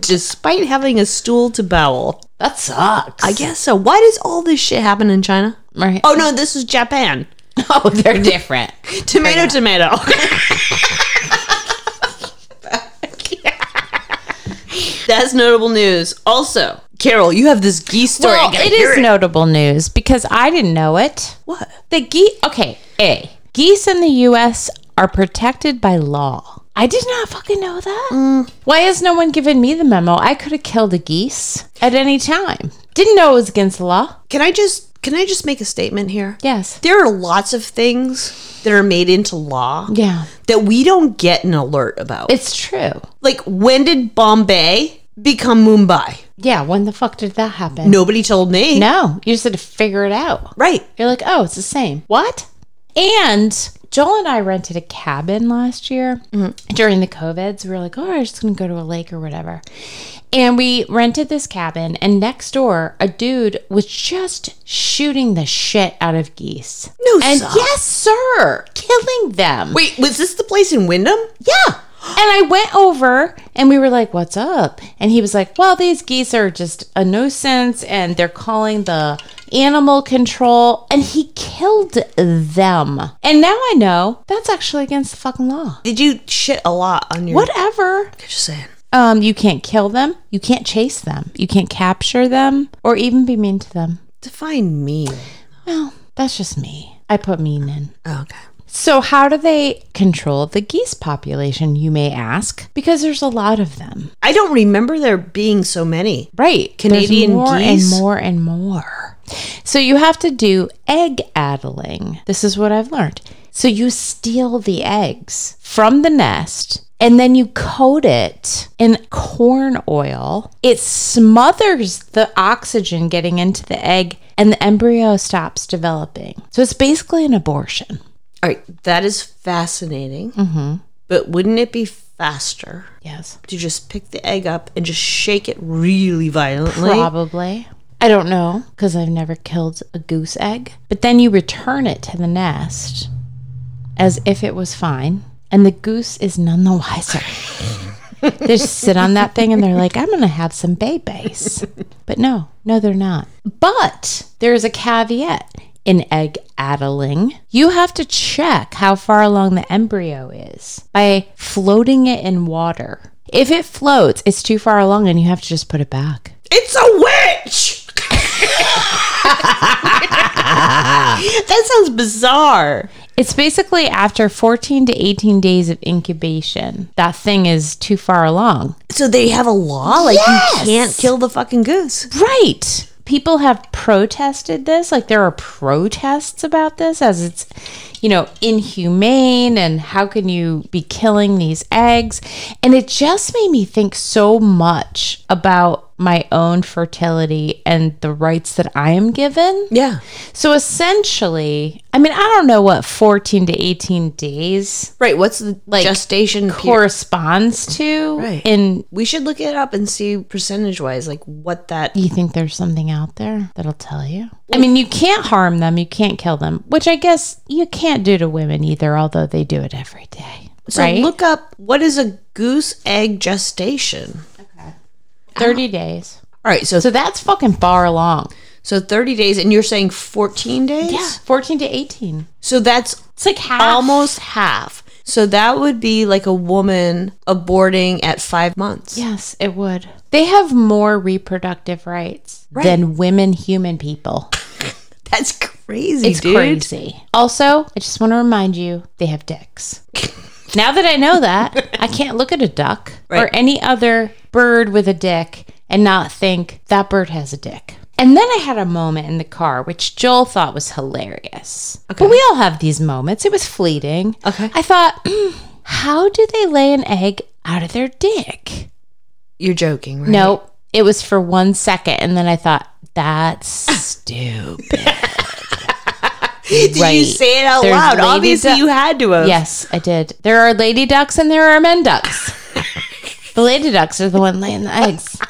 Speaker 3: Despite having a stool to bowel.
Speaker 1: [LAUGHS] That sucks.
Speaker 3: I guess so. Why does all this shit happen in China?
Speaker 1: Right.
Speaker 3: Oh, no, this is Japan.
Speaker 1: [LAUGHS] no, they're different.
Speaker 3: Tomato, tomato.
Speaker 1: [LAUGHS]
Speaker 3: That's notable news. Also, Carol, you have this geese story. I
Speaker 1: Well,
Speaker 3: gotta
Speaker 1: it
Speaker 3: hear
Speaker 1: is notable news because I didn't know it.
Speaker 3: What?
Speaker 1: The geese. Okay, a geese in the U.S. are protected by law. I did not fucking know that. Why has no one given me the memo? I could have killed a geese at any time. Didn't know it was against the law.
Speaker 3: Can I just can I just make a statement here?
Speaker 1: Yes.
Speaker 3: There are lots of things that are made into law
Speaker 1: Yeah.
Speaker 3: that we don't get an alert about.
Speaker 1: It's true.
Speaker 3: like when did Bombay become Mumbai?
Speaker 1: Yeah. When the fuck did that happen?
Speaker 3: Nobody told me.
Speaker 1: No, you just had to figure it out.
Speaker 3: Right.
Speaker 1: You're like, oh, it's the same. What? And Joel and I rented a cabin last year during the COVID. So we were like, oh, I'm just going to go to a lake or whatever. And we rented this cabin, and next door, a dude was just shooting the shit out of geese.
Speaker 3: No,
Speaker 1: And
Speaker 3: sir.
Speaker 1: yes, sir, killing them.
Speaker 3: Wait, was this the place in Wyndham?
Speaker 1: Yeah. And I went over and we were like, what's up? And he was like, well, these geese are just a nuisance and they're calling the animal control. And he killed them. And now I know that's actually against the fucking law.
Speaker 3: Did you shit a lot on your
Speaker 1: Whatever.
Speaker 3: Just saying.
Speaker 1: Um, you can't kill them. You can't chase them. You can't capture them or even be mean to them.
Speaker 3: Define me.
Speaker 1: Well, that's just me. I put mean in.
Speaker 3: Oh, okay.
Speaker 1: So, how do they control the geese population, you may ask? Because there's a lot of them.
Speaker 3: I don't remember there being so many.
Speaker 1: Right.
Speaker 3: Canadian
Speaker 1: There's more
Speaker 3: geese?
Speaker 1: and more and more. So you have to do egg addling. This is what I've learned. So you steal the eggs from the nest and then you coat it in corn oil. It smothers the oxygen getting into the egg and the embryo stops developing. So it's basically an abortion.
Speaker 3: All right, that is fascinating. But wouldn't it be faster
Speaker 1: Yes.
Speaker 3: to just pick the egg up and just shake it really violently?
Speaker 1: Probably. I don't know because I've never killed a goose egg. But then you return it to the nest as if it was fine, and the goose is none the wiser. they just sit on that thing and they're like, I'm going to have some babies. But no, no, they're not. But there's a caveat in egg addling. You have to check how far along the embryo is by floating it in water. If it floats, it's too far along and you have to just put it back.
Speaker 3: It's a witch! [LAUGHS] that sounds bizarre.
Speaker 1: It's basically after 14 to 18 days of incubation, that thing is too far along.
Speaker 3: So they have a law like
Speaker 1: Yes!
Speaker 3: you can't kill the fucking goose.
Speaker 1: Right. People have protested this. Like there are protests about this as it's, you know, inhumane and how can you be killing these eggs? And it just made me think so much about my own fertility and the rights that I am given.
Speaker 3: Yeah.
Speaker 1: So essentially, I mean, I don't know what 14 to 18 days
Speaker 3: Right. What's the
Speaker 1: Like,
Speaker 3: gestation period?
Speaker 1: corresponds to
Speaker 3: Right.
Speaker 1: and
Speaker 3: We should look it up and see percentage wise, like what that.
Speaker 1: you think there's something out there that'll tell you i mean you can't harm them you can't kill them which i guess you can't do to women either although they do it every day
Speaker 3: So
Speaker 1: right
Speaker 3: look up what is a goose egg gestation. Oh.
Speaker 1: 30 days
Speaker 3: All right, so
Speaker 1: so that's fucking far along
Speaker 3: so 30 days, and you're saying 14 days.
Speaker 1: yeah 14 to 18
Speaker 3: So that's
Speaker 1: it's like half
Speaker 3: almost half. So that would be like a woman aborting at five months.
Speaker 1: yes it would they have more reproductive rights than women human people
Speaker 3: That's crazy,
Speaker 1: It's
Speaker 3: dude.
Speaker 1: crazy. Also, I just want to remind you, they have
Speaker 3: [LAUGHS]
Speaker 1: dicks. now that I know that, I can't look at a duck or
Speaker 3: Right.
Speaker 1: any other bird with a dick and not think that bird has a dick. And then I had a moment in the car, which Joel thought was hilarious. But we all have these moments. It was fleeting.
Speaker 3: Okay.
Speaker 1: I thought, [CLEARS THROAT] "Mm, how do they lay an egg out of their dick?
Speaker 3: You're joking, right?
Speaker 1: Nope. It was for one second. And then I thought, that's [LAUGHS] stupid.
Speaker 3: Did you
Speaker 1: right.
Speaker 3: say it out
Speaker 1: There's
Speaker 3: loud?
Speaker 1: lady
Speaker 3: Obviously,
Speaker 1: du-
Speaker 3: you had to have.
Speaker 1: Yes, I did. There are lady ducks and there are men
Speaker 3: [LAUGHS]
Speaker 1: ducks. the lady ducks are the one laying the eggs.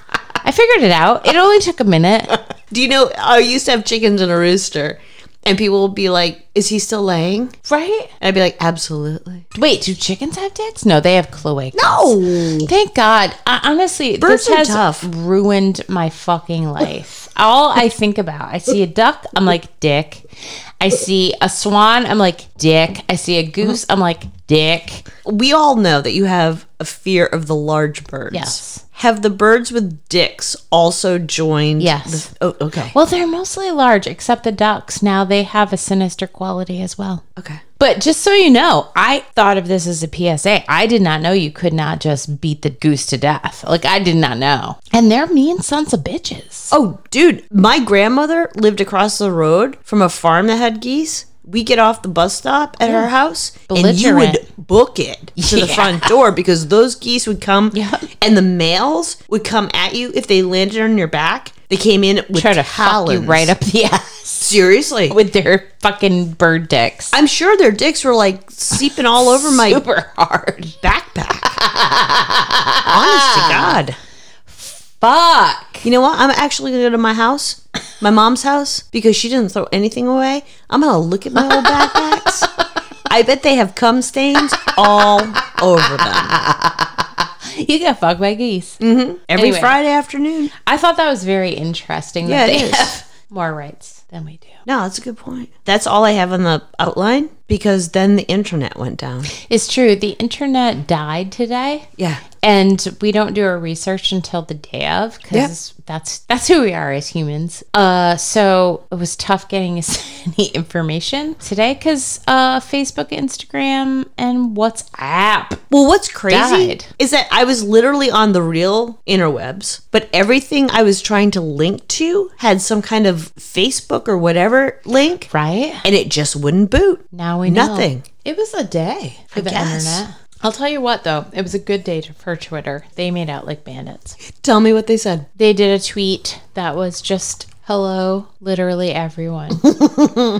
Speaker 1: I figured it out. It only took a
Speaker 3: [LAUGHS]
Speaker 1: minute.
Speaker 3: Do you know? I used to have chickens and a rooster, and people would be like, "Is he still laying?"
Speaker 1: Right?
Speaker 3: And I'd be like, "Absolutely."
Speaker 1: Wait, do chickens have dicks? No, they have cloacas. No. Thank God. I, honestly,
Speaker 3: Birds
Speaker 1: this
Speaker 3: are
Speaker 1: has
Speaker 3: tough.
Speaker 1: ruined my fucking life. All I think about, I see a duck, I'm like dick. I see a swan, I'm like dick. I see a goose, I'm like dick.
Speaker 3: we all know that you have a fear of the large birds.
Speaker 1: Yes.
Speaker 3: Have the birds with dicks also joined?
Speaker 1: Yes.
Speaker 3: the- oh, okay.
Speaker 1: Well, they're mostly large, except the ducks. Now they have a sinister quality as well.
Speaker 3: okay.
Speaker 1: But just so you know, I thought of this as a PSA. I did not know you could not just beat the goose to death. Like, I did not know. And they're mean sons of bitches.
Speaker 3: Oh, dude, my grandmother lived across the road from a farm that had geese. We get off the bus stop at her house, and you would
Speaker 1: Belligerent.
Speaker 3: book it
Speaker 1: [LAUGHS]
Speaker 3: to the front door because those geese would come,
Speaker 1: Yeah.
Speaker 3: and the males would come at you if they landed on your back. They came in with
Speaker 1: Try to fuck you
Speaker 3: talons.
Speaker 1: right up the [LAUGHS] ass
Speaker 3: Seriously,
Speaker 1: with their fucking bird dicks.
Speaker 3: I'm sure their dicks were like seeping all
Speaker 1: [LAUGHS]
Speaker 3: over my
Speaker 1: Super hard. [LAUGHS]
Speaker 3: backpack. Honest to God.
Speaker 1: Fuck.
Speaker 3: You know what? I'm actually going to go to my house, my mom's house, because she didn't throw anything away. I'm going to look at my old backpacks. I bet they have cum stains all over them.
Speaker 1: You got fucked by geese.
Speaker 3: Every
Speaker 1: Anyway.
Speaker 3: Friday afternoon.
Speaker 1: Mm. I thought that was very interesting
Speaker 3: Yeah,
Speaker 1: that
Speaker 3: it
Speaker 1: they
Speaker 3: is.
Speaker 1: have more rights than we do.
Speaker 3: No, that's a good point. That's all I have on the outline because then the internet went down.
Speaker 1: It's true. The internet died today.
Speaker 3: Yeah.
Speaker 1: and we don't do our research until the day of because that's that's who we are as humans. Uh, so it was tough getting [LAUGHS] us any information today because uh, Facebook, Instagram, and WhatsApp.
Speaker 3: Well, what's crazy
Speaker 1: Died.
Speaker 3: is that I was literally on the real interwebs, but everything I was trying to link to had some kind of Facebook or whatever link,
Speaker 1: Right
Speaker 3: and it just wouldn't boot.
Speaker 1: now we know.
Speaker 3: Nothing.
Speaker 1: It was a day for the
Speaker 3: guess.
Speaker 1: internet. I'll tell you what, though, it was a good day to- for Twitter. They made out like bandits.
Speaker 3: Tell me what they said.
Speaker 1: They did a tweet that was just hello, literally [LAUGHS] everyone.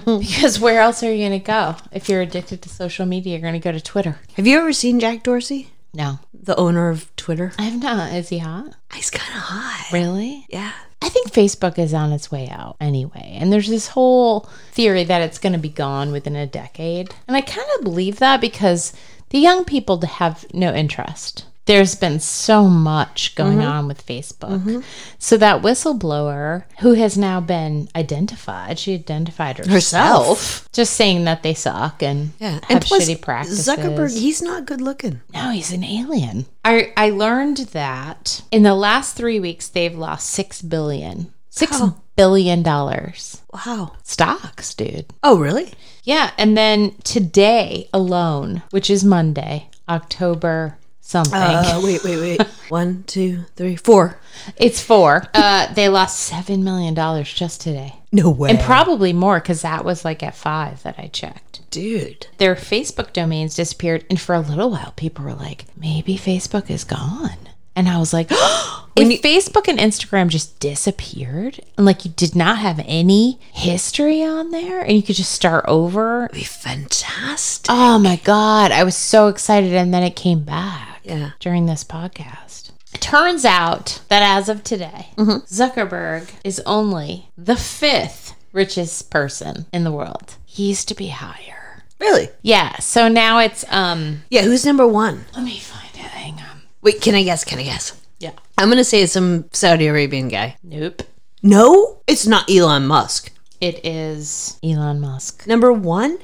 Speaker 1: because where else are you going to go? If you're addicted to social media, you're going to go to Twitter.
Speaker 3: Have you ever seen Jack Dorsey,
Speaker 1: No,
Speaker 3: the owner of Twitter?
Speaker 1: I have not. Is he hot?
Speaker 3: He's kind of hot.
Speaker 1: Really?
Speaker 3: Yeah.
Speaker 1: I think Facebook is on its way out anyway. And there's this whole theory that it's going to be gone within a decade. And I kind of believe that because the young people have no interest. There's been so much going
Speaker 3: Mm-hmm.
Speaker 1: on with Facebook. So that whistleblower who has now been identified, she identified herself,
Speaker 3: Herself.
Speaker 1: just saying that they suck and
Speaker 3: Yeah.
Speaker 1: have shitty practices.
Speaker 3: Zuckerberg, he's not good looking.
Speaker 1: No, he's an alien. I I learned that in the last three weeks they've lost six billion. Six billion dollars
Speaker 3: Wow.
Speaker 1: stocks, dude.
Speaker 3: Oh, really?
Speaker 1: Yeah, and then today alone, which is Monday, October something.
Speaker 3: Uh, wait, wait, [LAUGHS] wait. One, two, three, four.
Speaker 1: it's four. Uh, [LAUGHS] they lost seven million dollars just today,
Speaker 3: No way.
Speaker 1: and probably more because that was like at five that I checked.
Speaker 3: Dude.
Speaker 1: Their Facebook domains disappeared, and for a little while, people were like, "Maybe Facebook is gone." And I was like, [GASPS] "If Facebook and Instagram just disappeared, and like you did not have any history on there, and you could just start over."
Speaker 3: Be fantastic.
Speaker 1: Oh my god, I was so excited, and then it came back
Speaker 3: Yeah.
Speaker 1: during this podcast. It turns out that as of today, Zuckerberg is only the fifth richest person in the world. He used to be higher.
Speaker 3: Really?
Speaker 1: Yeah, so now it's um
Speaker 3: Yeah, who's number one?
Speaker 1: let me find it. Hang on.
Speaker 3: Wait, can I guess? Can I guess?
Speaker 1: Yeah.
Speaker 3: I'm going to say it's some Saudi Arabian guy.
Speaker 1: Nope.
Speaker 3: No, it's not Elon Musk.
Speaker 1: It is Elon Musk.
Speaker 3: Number one?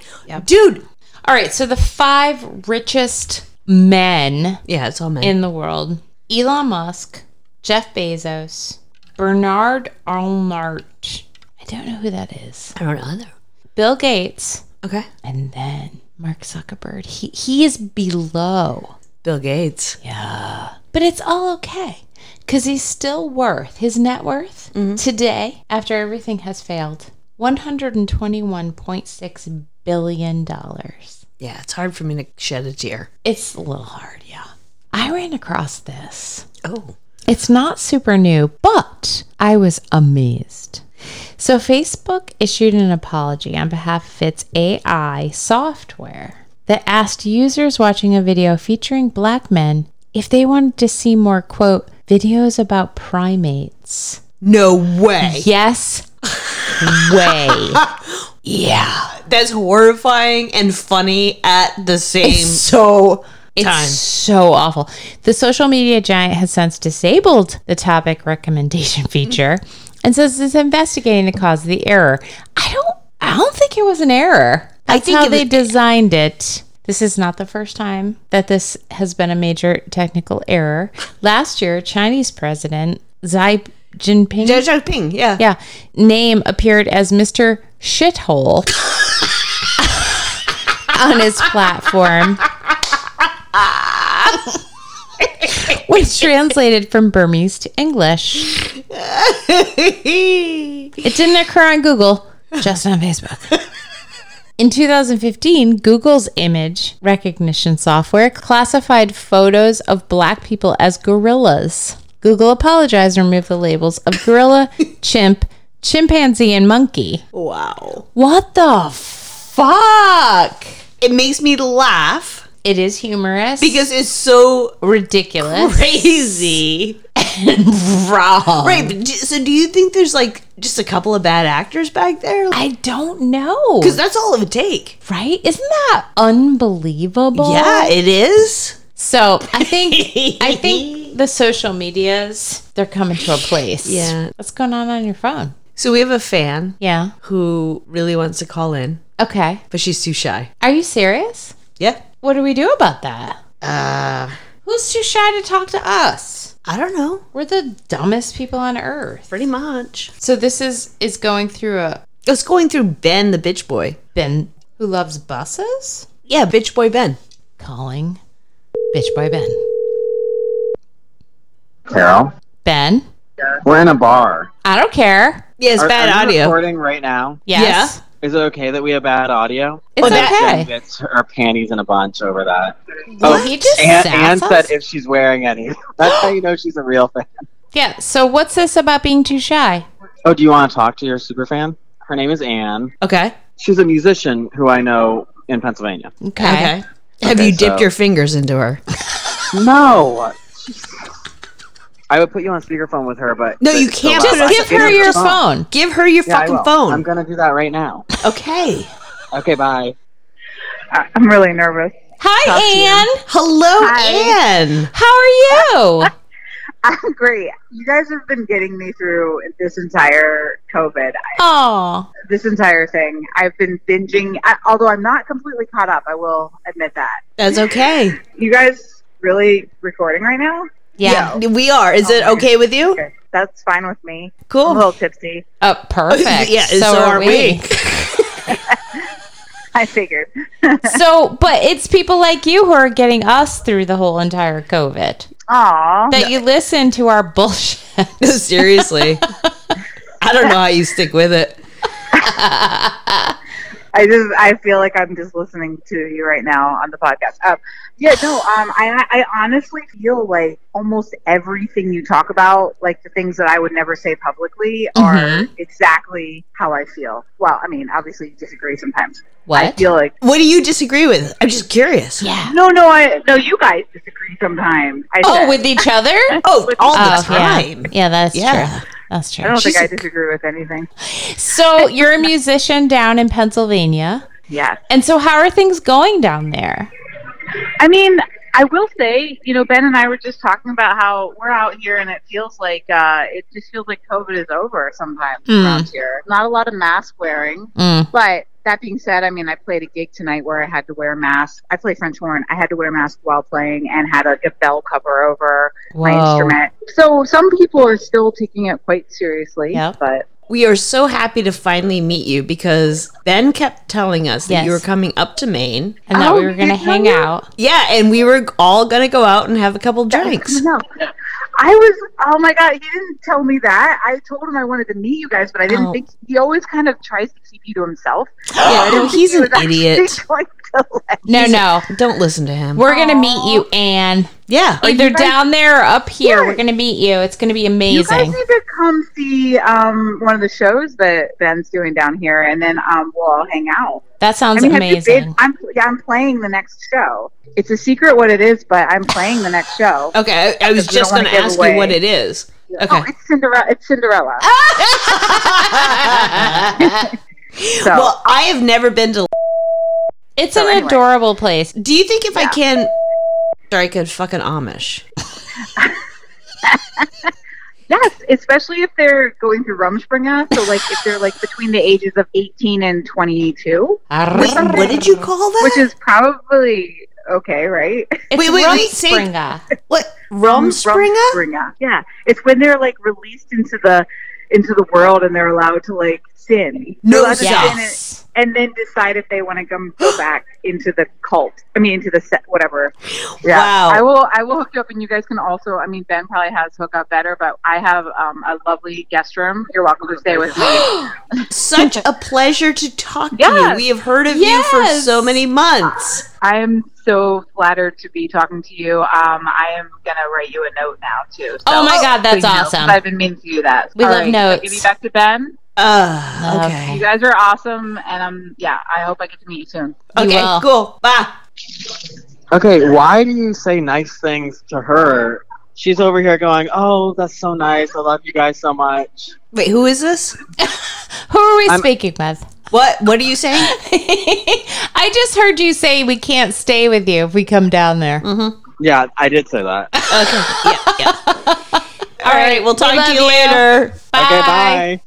Speaker 3: Dude.
Speaker 1: All right, so the five richest men
Speaker 3: Yeah, it's all men.
Speaker 1: in the world. Elon Musk, Jeff Bezos, Bernard Arnault. I don't know who that is.
Speaker 3: I don't know either.
Speaker 1: Bill Gates,
Speaker 3: Okay.
Speaker 1: and then Mark Zuckerberg. He he is below.
Speaker 3: Bill Gates.
Speaker 1: But it's all okay because he's still worth his net worth today after everything has failed $121.6 billion.
Speaker 3: Yeah, it's hard for me to shed a tear.
Speaker 1: It's a little hard, yeah. I ran across this.
Speaker 3: Oh.
Speaker 1: It's not super new, but I was amazed. So, Facebook issued an apology on behalf of its AI software that asked users watching a video featuring black men if they wanted to see more, quote, videos about primates.
Speaker 3: No way.
Speaker 1: Yes, way. yeah.
Speaker 3: That's horrifying and funny at the same
Speaker 1: So it's
Speaker 3: Time.
Speaker 1: so awful. The social media giant has since disabled the topic recommendation [LAUGHS] feature and says it's investigating the cause of the error. I don't I don't think it was an error. That's
Speaker 3: think
Speaker 1: how
Speaker 3: it
Speaker 1: they
Speaker 3: was-
Speaker 1: designed it. This is not the first time that this has been a major technical error. Last year, Chinese president Xi Jinping
Speaker 3: Jia Xiaoping, yeah.
Speaker 1: yeah, name appeared as Mr. Shithole on his platform. Which translated from Burmese to English. It didn't occur on Google, just on Facebook. In 2015, Google's image recognition software classified photos of black people as gorillas. Google apologized and removed the labels of
Speaker 3: [LAUGHS]
Speaker 1: gorilla, chimp, chimpanzee, and monkey.
Speaker 3: Wow.
Speaker 1: What the fuck?
Speaker 3: It makes me laugh
Speaker 1: It is humorous
Speaker 3: because it's so [LAUGHS]
Speaker 1: ridiculous.
Speaker 3: crazy.
Speaker 1: Wrong.
Speaker 3: Right. But do, so do you think there's like just a couple of bad actors back there? Because
Speaker 1: I don't know.
Speaker 3: that's all it would take.
Speaker 1: Right? Isn't that unbelievable?
Speaker 3: Yeah, it is.
Speaker 1: So I think I think the social medias they're coming to a place.
Speaker 3: Yeah.
Speaker 1: What's going on on your phone?
Speaker 3: So we have a fan
Speaker 1: Yeah.
Speaker 3: who really wants to call in,
Speaker 1: Okay.
Speaker 3: but she's too shy.
Speaker 1: Are you serious?
Speaker 3: Yeah.
Speaker 1: What do we do about that?
Speaker 3: Uh,
Speaker 1: Who's too shy to talk to us?
Speaker 3: I don't know.
Speaker 1: We're the dumbest people on earth.
Speaker 3: Pretty much.
Speaker 1: So this is is going through a
Speaker 3: It's going through Ben the bitch boy.
Speaker 1: Ben who loves buses
Speaker 3: Yeah, bitch boy Ben.
Speaker 1: calling bitch boy Ben.
Speaker 6: Carol.
Speaker 1: Ben,
Speaker 6: We're in a bar.
Speaker 1: I don't care.
Speaker 3: Yeah, it's
Speaker 6: Are-
Speaker 3: bad
Speaker 6: are you
Speaker 3: audio.
Speaker 6: recording right now?
Speaker 1: Yes.
Speaker 6: Is it okay that we have bad audio?
Speaker 1: It's
Speaker 6: Jen
Speaker 1: okay.
Speaker 6: gets her panties in a bunch over that.
Speaker 1: Well, he just
Speaker 6: Anne,
Speaker 1: sass
Speaker 6: Anne said
Speaker 1: us?
Speaker 6: if she's wearing any. [LAUGHS] That's how you know she's a real fan.
Speaker 1: Yeah. So what's this about being too shy?
Speaker 6: Oh, do you want to talk to your super fan? Her name is Anne.
Speaker 3: Okay.
Speaker 6: She's a musician who I know in Pennsylvania.
Speaker 1: Okay.
Speaker 3: Okay. Have
Speaker 6: Okay,
Speaker 3: you dipped
Speaker 6: so-
Speaker 3: your fingers into her?
Speaker 6: No. I would put you on speakerphone with her, but
Speaker 3: No,
Speaker 6: but
Speaker 3: you
Speaker 6: it's
Speaker 3: can't
Speaker 6: [LAUGHS] so
Speaker 3: put
Speaker 6: loud.
Speaker 1: Just
Speaker 3: us-
Speaker 1: give her your phone.
Speaker 3: Give her your
Speaker 6: Yeah, I
Speaker 3: fucking
Speaker 6: will.
Speaker 3: phone.
Speaker 6: I'm gonna do that right now.
Speaker 3: okay.
Speaker 6: Okay, bye.
Speaker 7: I- I'm really nervous.
Speaker 1: Hi, Anne.
Speaker 3: Hello,
Speaker 7: Hi.
Speaker 3: Anne.
Speaker 1: How are you?
Speaker 7: [LAUGHS]
Speaker 3: [LAUGHS]
Speaker 7: I'm great. You guys have been getting me through this entire COVID,
Speaker 1: Oh,
Speaker 7: this entire thing. I've been binging, I, although I'm not completely caught up. I will admit that.
Speaker 3: That's okay.
Speaker 7: You guys really recording right now?
Speaker 1: yeah.
Speaker 3: we are. Is it okay with you?
Speaker 7: Okay, that's fine with me. I'm a
Speaker 3: Cool.
Speaker 7: little tipsy. [LAUGHS]
Speaker 1: Uh, perfect.
Speaker 3: [LAUGHS] yeah, so, are we.
Speaker 7: I figured.
Speaker 1: so, but it's people like you who are getting us through the whole entire COVID
Speaker 7: Aw,
Speaker 1: that you listen to our [LAUGHS] bullshit.
Speaker 3: Seriously. I don't know how you stick with it.
Speaker 7: I just I feel like I'm just listening to you right now on the podcast. Um, yeah, no, um, I I honestly feel like almost everything you talk about, like the things that I would never say publicly, are
Speaker 1: Mhm.
Speaker 7: exactly how I feel. Well, I mean, obviously you disagree sometimes. I
Speaker 1: What?
Speaker 7: feel like
Speaker 3: [LAUGHS] What do you disagree with? I'm just curious.
Speaker 1: Yeah.
Speaker 7: no, no, I no, you guys disagree sometimes. I
Speaker 1: Oh,
Speaker 7: said.
Speaker 1: with each other?
Speaker 3: Oh, all
Speaker 1: Oh,
Speaker 3: the time.
Speaker 1: Yeah, yeah that's
Speaker 3: Yeah. Oh.
Speaker 1: true. That's
Speaker 7: I
Speaker 1: true.
Speaker 7: don't think
Speaker 3: she's
Speaker 7: I
Speaker 3: a-
Speaker 7: disagree with anything.
Speaker 1: So, you're a musician down in Pennsylvania.
Speaker 7: Yes.
Speaker 1: And so, how are things going down there?
Speaker 7: I mean, I will say, you know, Ben and I were just talking about how we're out here and it feels like uh, it just feels like COVID is over sometimes
Speaker 1: Hmm.
Speaker 7: around here. Not a lot of mask wearing,
Speaker 1: Mm.
Speaker 7: but that being said, I mean, I played a gig tonight where I had to wear a mask. I play French horn. I had to wear a mask while playing and had like a bell cover over my
Speaker 1: Whoa.
Speaker 7: instrument. So some people are still taking it quite seriously,
Speaker 1: Yep.
Speaker 7: but
Speaker 3: We are so happy to finally meet you because Ben kept telling us that
Speaker 1: Yes.
Speaker 3: you were coming up to Maine.
Speaker 1: And that
Speaker 7: Oh,
Speaker 1: we were going to
Speaker 7: did I
Speaker 1: hang
Speaker 7: know?
Speaker 1: out.
Speaker 3: Yeah, and we were all going to go out and have a couple
Speaker 7: [LAUGHS]
Speaker 3: drinks.
Speaker 7: No. I was oh my god, he didn't tell me that. I told him I wanted to meet you guys, but I didn't
Speaker 3: Oh.
Speaker 7: think he always kind of tries to keep you
Speaker 3: [GASPS]
Speaker 7: to himself.
Speaker 3: Yeah,
Speaker 7: [LAUGHS]
Speaker 3: no, Oh, he's
Speaker 7: He
Speaker 3: an
Speaker 7: was actually [LAUGHS]
Speaker 3: idiot.
Speaker 7: going to let-
Speaker 1: No,
Speaker 3: He's-
Speaker 1: no.
Speaker 3: Don't listen to him.
Speaker 1: We're going to meet you, Anne.
Speaker 3: yeah.
Speaker 1: Either
Speaker 7: guys-
Speaker 1: down there or up here.
Speaker 7: Yeah.
Speaker 1: We're going to meet you. It's going to be
Speaker 7: You guys
Speaker 1: amazing.
Speaker 7: need to come see um, one of the shows that Ben's doing down here, and then um, we'll all hang out.
Speaker 1: that sounds
Speaker 7: I mean, Have you
Speaker 1: amazing.
Speaker 7: been, I'm yeah, I'm playing the next show. It's a secret what it is, but I'm playing the next show.
Speaker 3: Okay, I, I was
Speaker 7: Because we
Speaker 3: just
Speaker 7: don't
Speaker 3: going
Speaker 7: wanna
Speaker 3: to
Speaker 7: give
Speaker 3: ask
Speaker 7: away.
Speaker 3: you what it [LAUGHS] is. Oh, Okay. Oh,
Speaker 7: Oh, it's Cinderella. It's Cinderella. [LAUGHS] So
Speaker 3: well, I have never been to.
Speaker 1: it's
Speaker 7: So
Speaker 1: an
Speaker 7: anyway.
Speaker 1: adorable place.
Speaker 3: Do you think if I can, or I could fucking Amish?
Speaker 7: yes, especially if they're going through Rumspringa. So like if they're like between the ages of 18 and 22,
Speaker 3: Wait, what did you call that?
Speaker 7: which is probably okay, right?
Speaker 1: It's
Speaker 3: Wait, wait, wait, say-
Speaker 1: Rumspringa.
Speaker 3: what Rumspringa?
Speaker 7: Rumspringa. Yeah, it's when they're like released into the into the world and they're allowed to like sin.
Speaker 3: No,
Speaker 7: They're allowed to
Speaker 3: yeah.
Speaker 7: sin and-
Speaker 1: Yes.
Speaker 7: and then decide if they want to come go back into the cult. I mean, into the set, whatever. Yeah.
Speaker 3: Wow.
Speaker 7: I will. I will hook you up, and you guys can also. I mean, Ben probably has hook up better, but I have um, a lovely guest room. You're welcome to stay with me.
Speaker 3: Such
Speaker 7: [LAUGHS]
Speaker 3: a pleasure to talk to you.
Speaker 7: Yes.
Speaker 3: We have heard of you for
Speaker 1: Yes.
Speaker 3: so many months.
Speaker 7: I am so flattered to be talking to you. Um, I am gonna write you a note now too. So,
Speaker 1: Oh my God, that's
Speaker 7: so you know, 'cause
Speaker 1: awesome.
Speaker 7: I've been meaning to do that.
Speaker 1: We love
Speaker 7: so
Speaker 1: notes.
Speaker 7: give me back to Ben.
Speaker 3: Uh,
Speaker 7: You
Speaker 3: okay.
Speaker 7: guys are awesome, and um, yeah, I hope I get to meet you soon.
Speaker 1: You
Speaker 3: Okay,
Speaker 1: will.
Speaker 3: cool. Bye.
Speaker 6: Okay, why do you say nice things to her? She's over here going, "Oh, that's so nice. I love you guys so much."
Speaker 3: Wait, who is this?
Speaker 1: Who are we
Speaker 6: I'm-
Speaker 1: speaking with? [LAUGHS]
Speaker 3: What What are you saying?
Speaker 1: I just heard you say we can't stay with you if we come down there.
Speaker 6: Yeah, I did say that.
Speaker 3: Okay. Yeah, yeah. All right, we'll talk
Speaker 1: love
Speaker 3: to you, later.
Speaker 1: Bye.
Speaker 6: Okay, bye.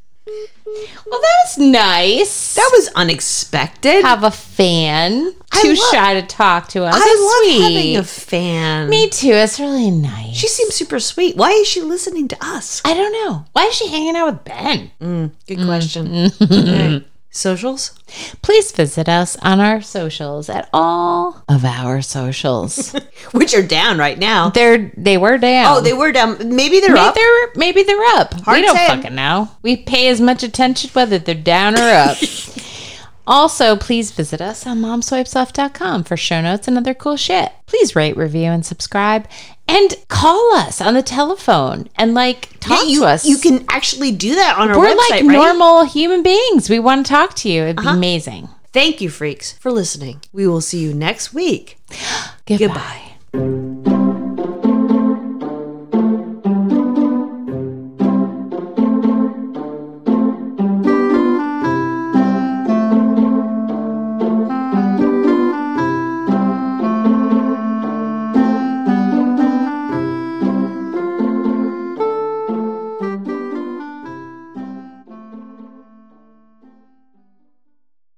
Speaker 1: Well, that was nice.
Speaker 3: That was unexpected.
Speaker 1: have a fan.
Speaker 3: I
Speaker 1: Too
Speaker 3: love-
Speaker 1: shy to talk to us.
Speaker 3: I
Speaker 1: That's
Speaker 3: love
Speaker 1: sweet.
Speaker 3: having a fan.
Speaker 1: Me too. It's really nice.
Speaker 3: She seems super sweet. Why is she listening to us?
Speaker 1: I don't know. Why is she hanging out with Ben? Mm-hmm.
Speaker 3: Good question. Okay. Socials?
Speaker 1: [LAUGHS] Please visit us on our socials at all of our
Speaker 3: [LAUGHS]
Speaker 1: socials.
Speaker 3: Which are down right now.
Speaker 1: They're they were down.
Speaker 3: Oh, they were down. Maybe they're
Speaker 1: maybe
Speaker 3: up.
Speaker 1: they're maybe they're up.
Speaker 3: Hard
Speaker 1: we don't
Speaker 3: saying. [LAUGHS]
Speaker 1: fucking know. We pay as much attention whether they're down or up. Also, please visit us on momswipesoft.com for show notes and other cool shit. Please rate, review, and subscribe. And call us on the telephone and like talk
Speaker 3: you,
Speaker 1: to us.
Speaker 3: You can actually do that on our
Speaker 1: We're
Speaker 3: website,
Speaker 1: like
Speaker 3: right?
Speaker 1: normal Uh-huh. human beings. We want to talk to you. It'd be amazing.
Speaker 3: Thank you, freaks, for listening. We will see you next week.
Speaker 1: Goodbye.
Speaker 3: Goodbye.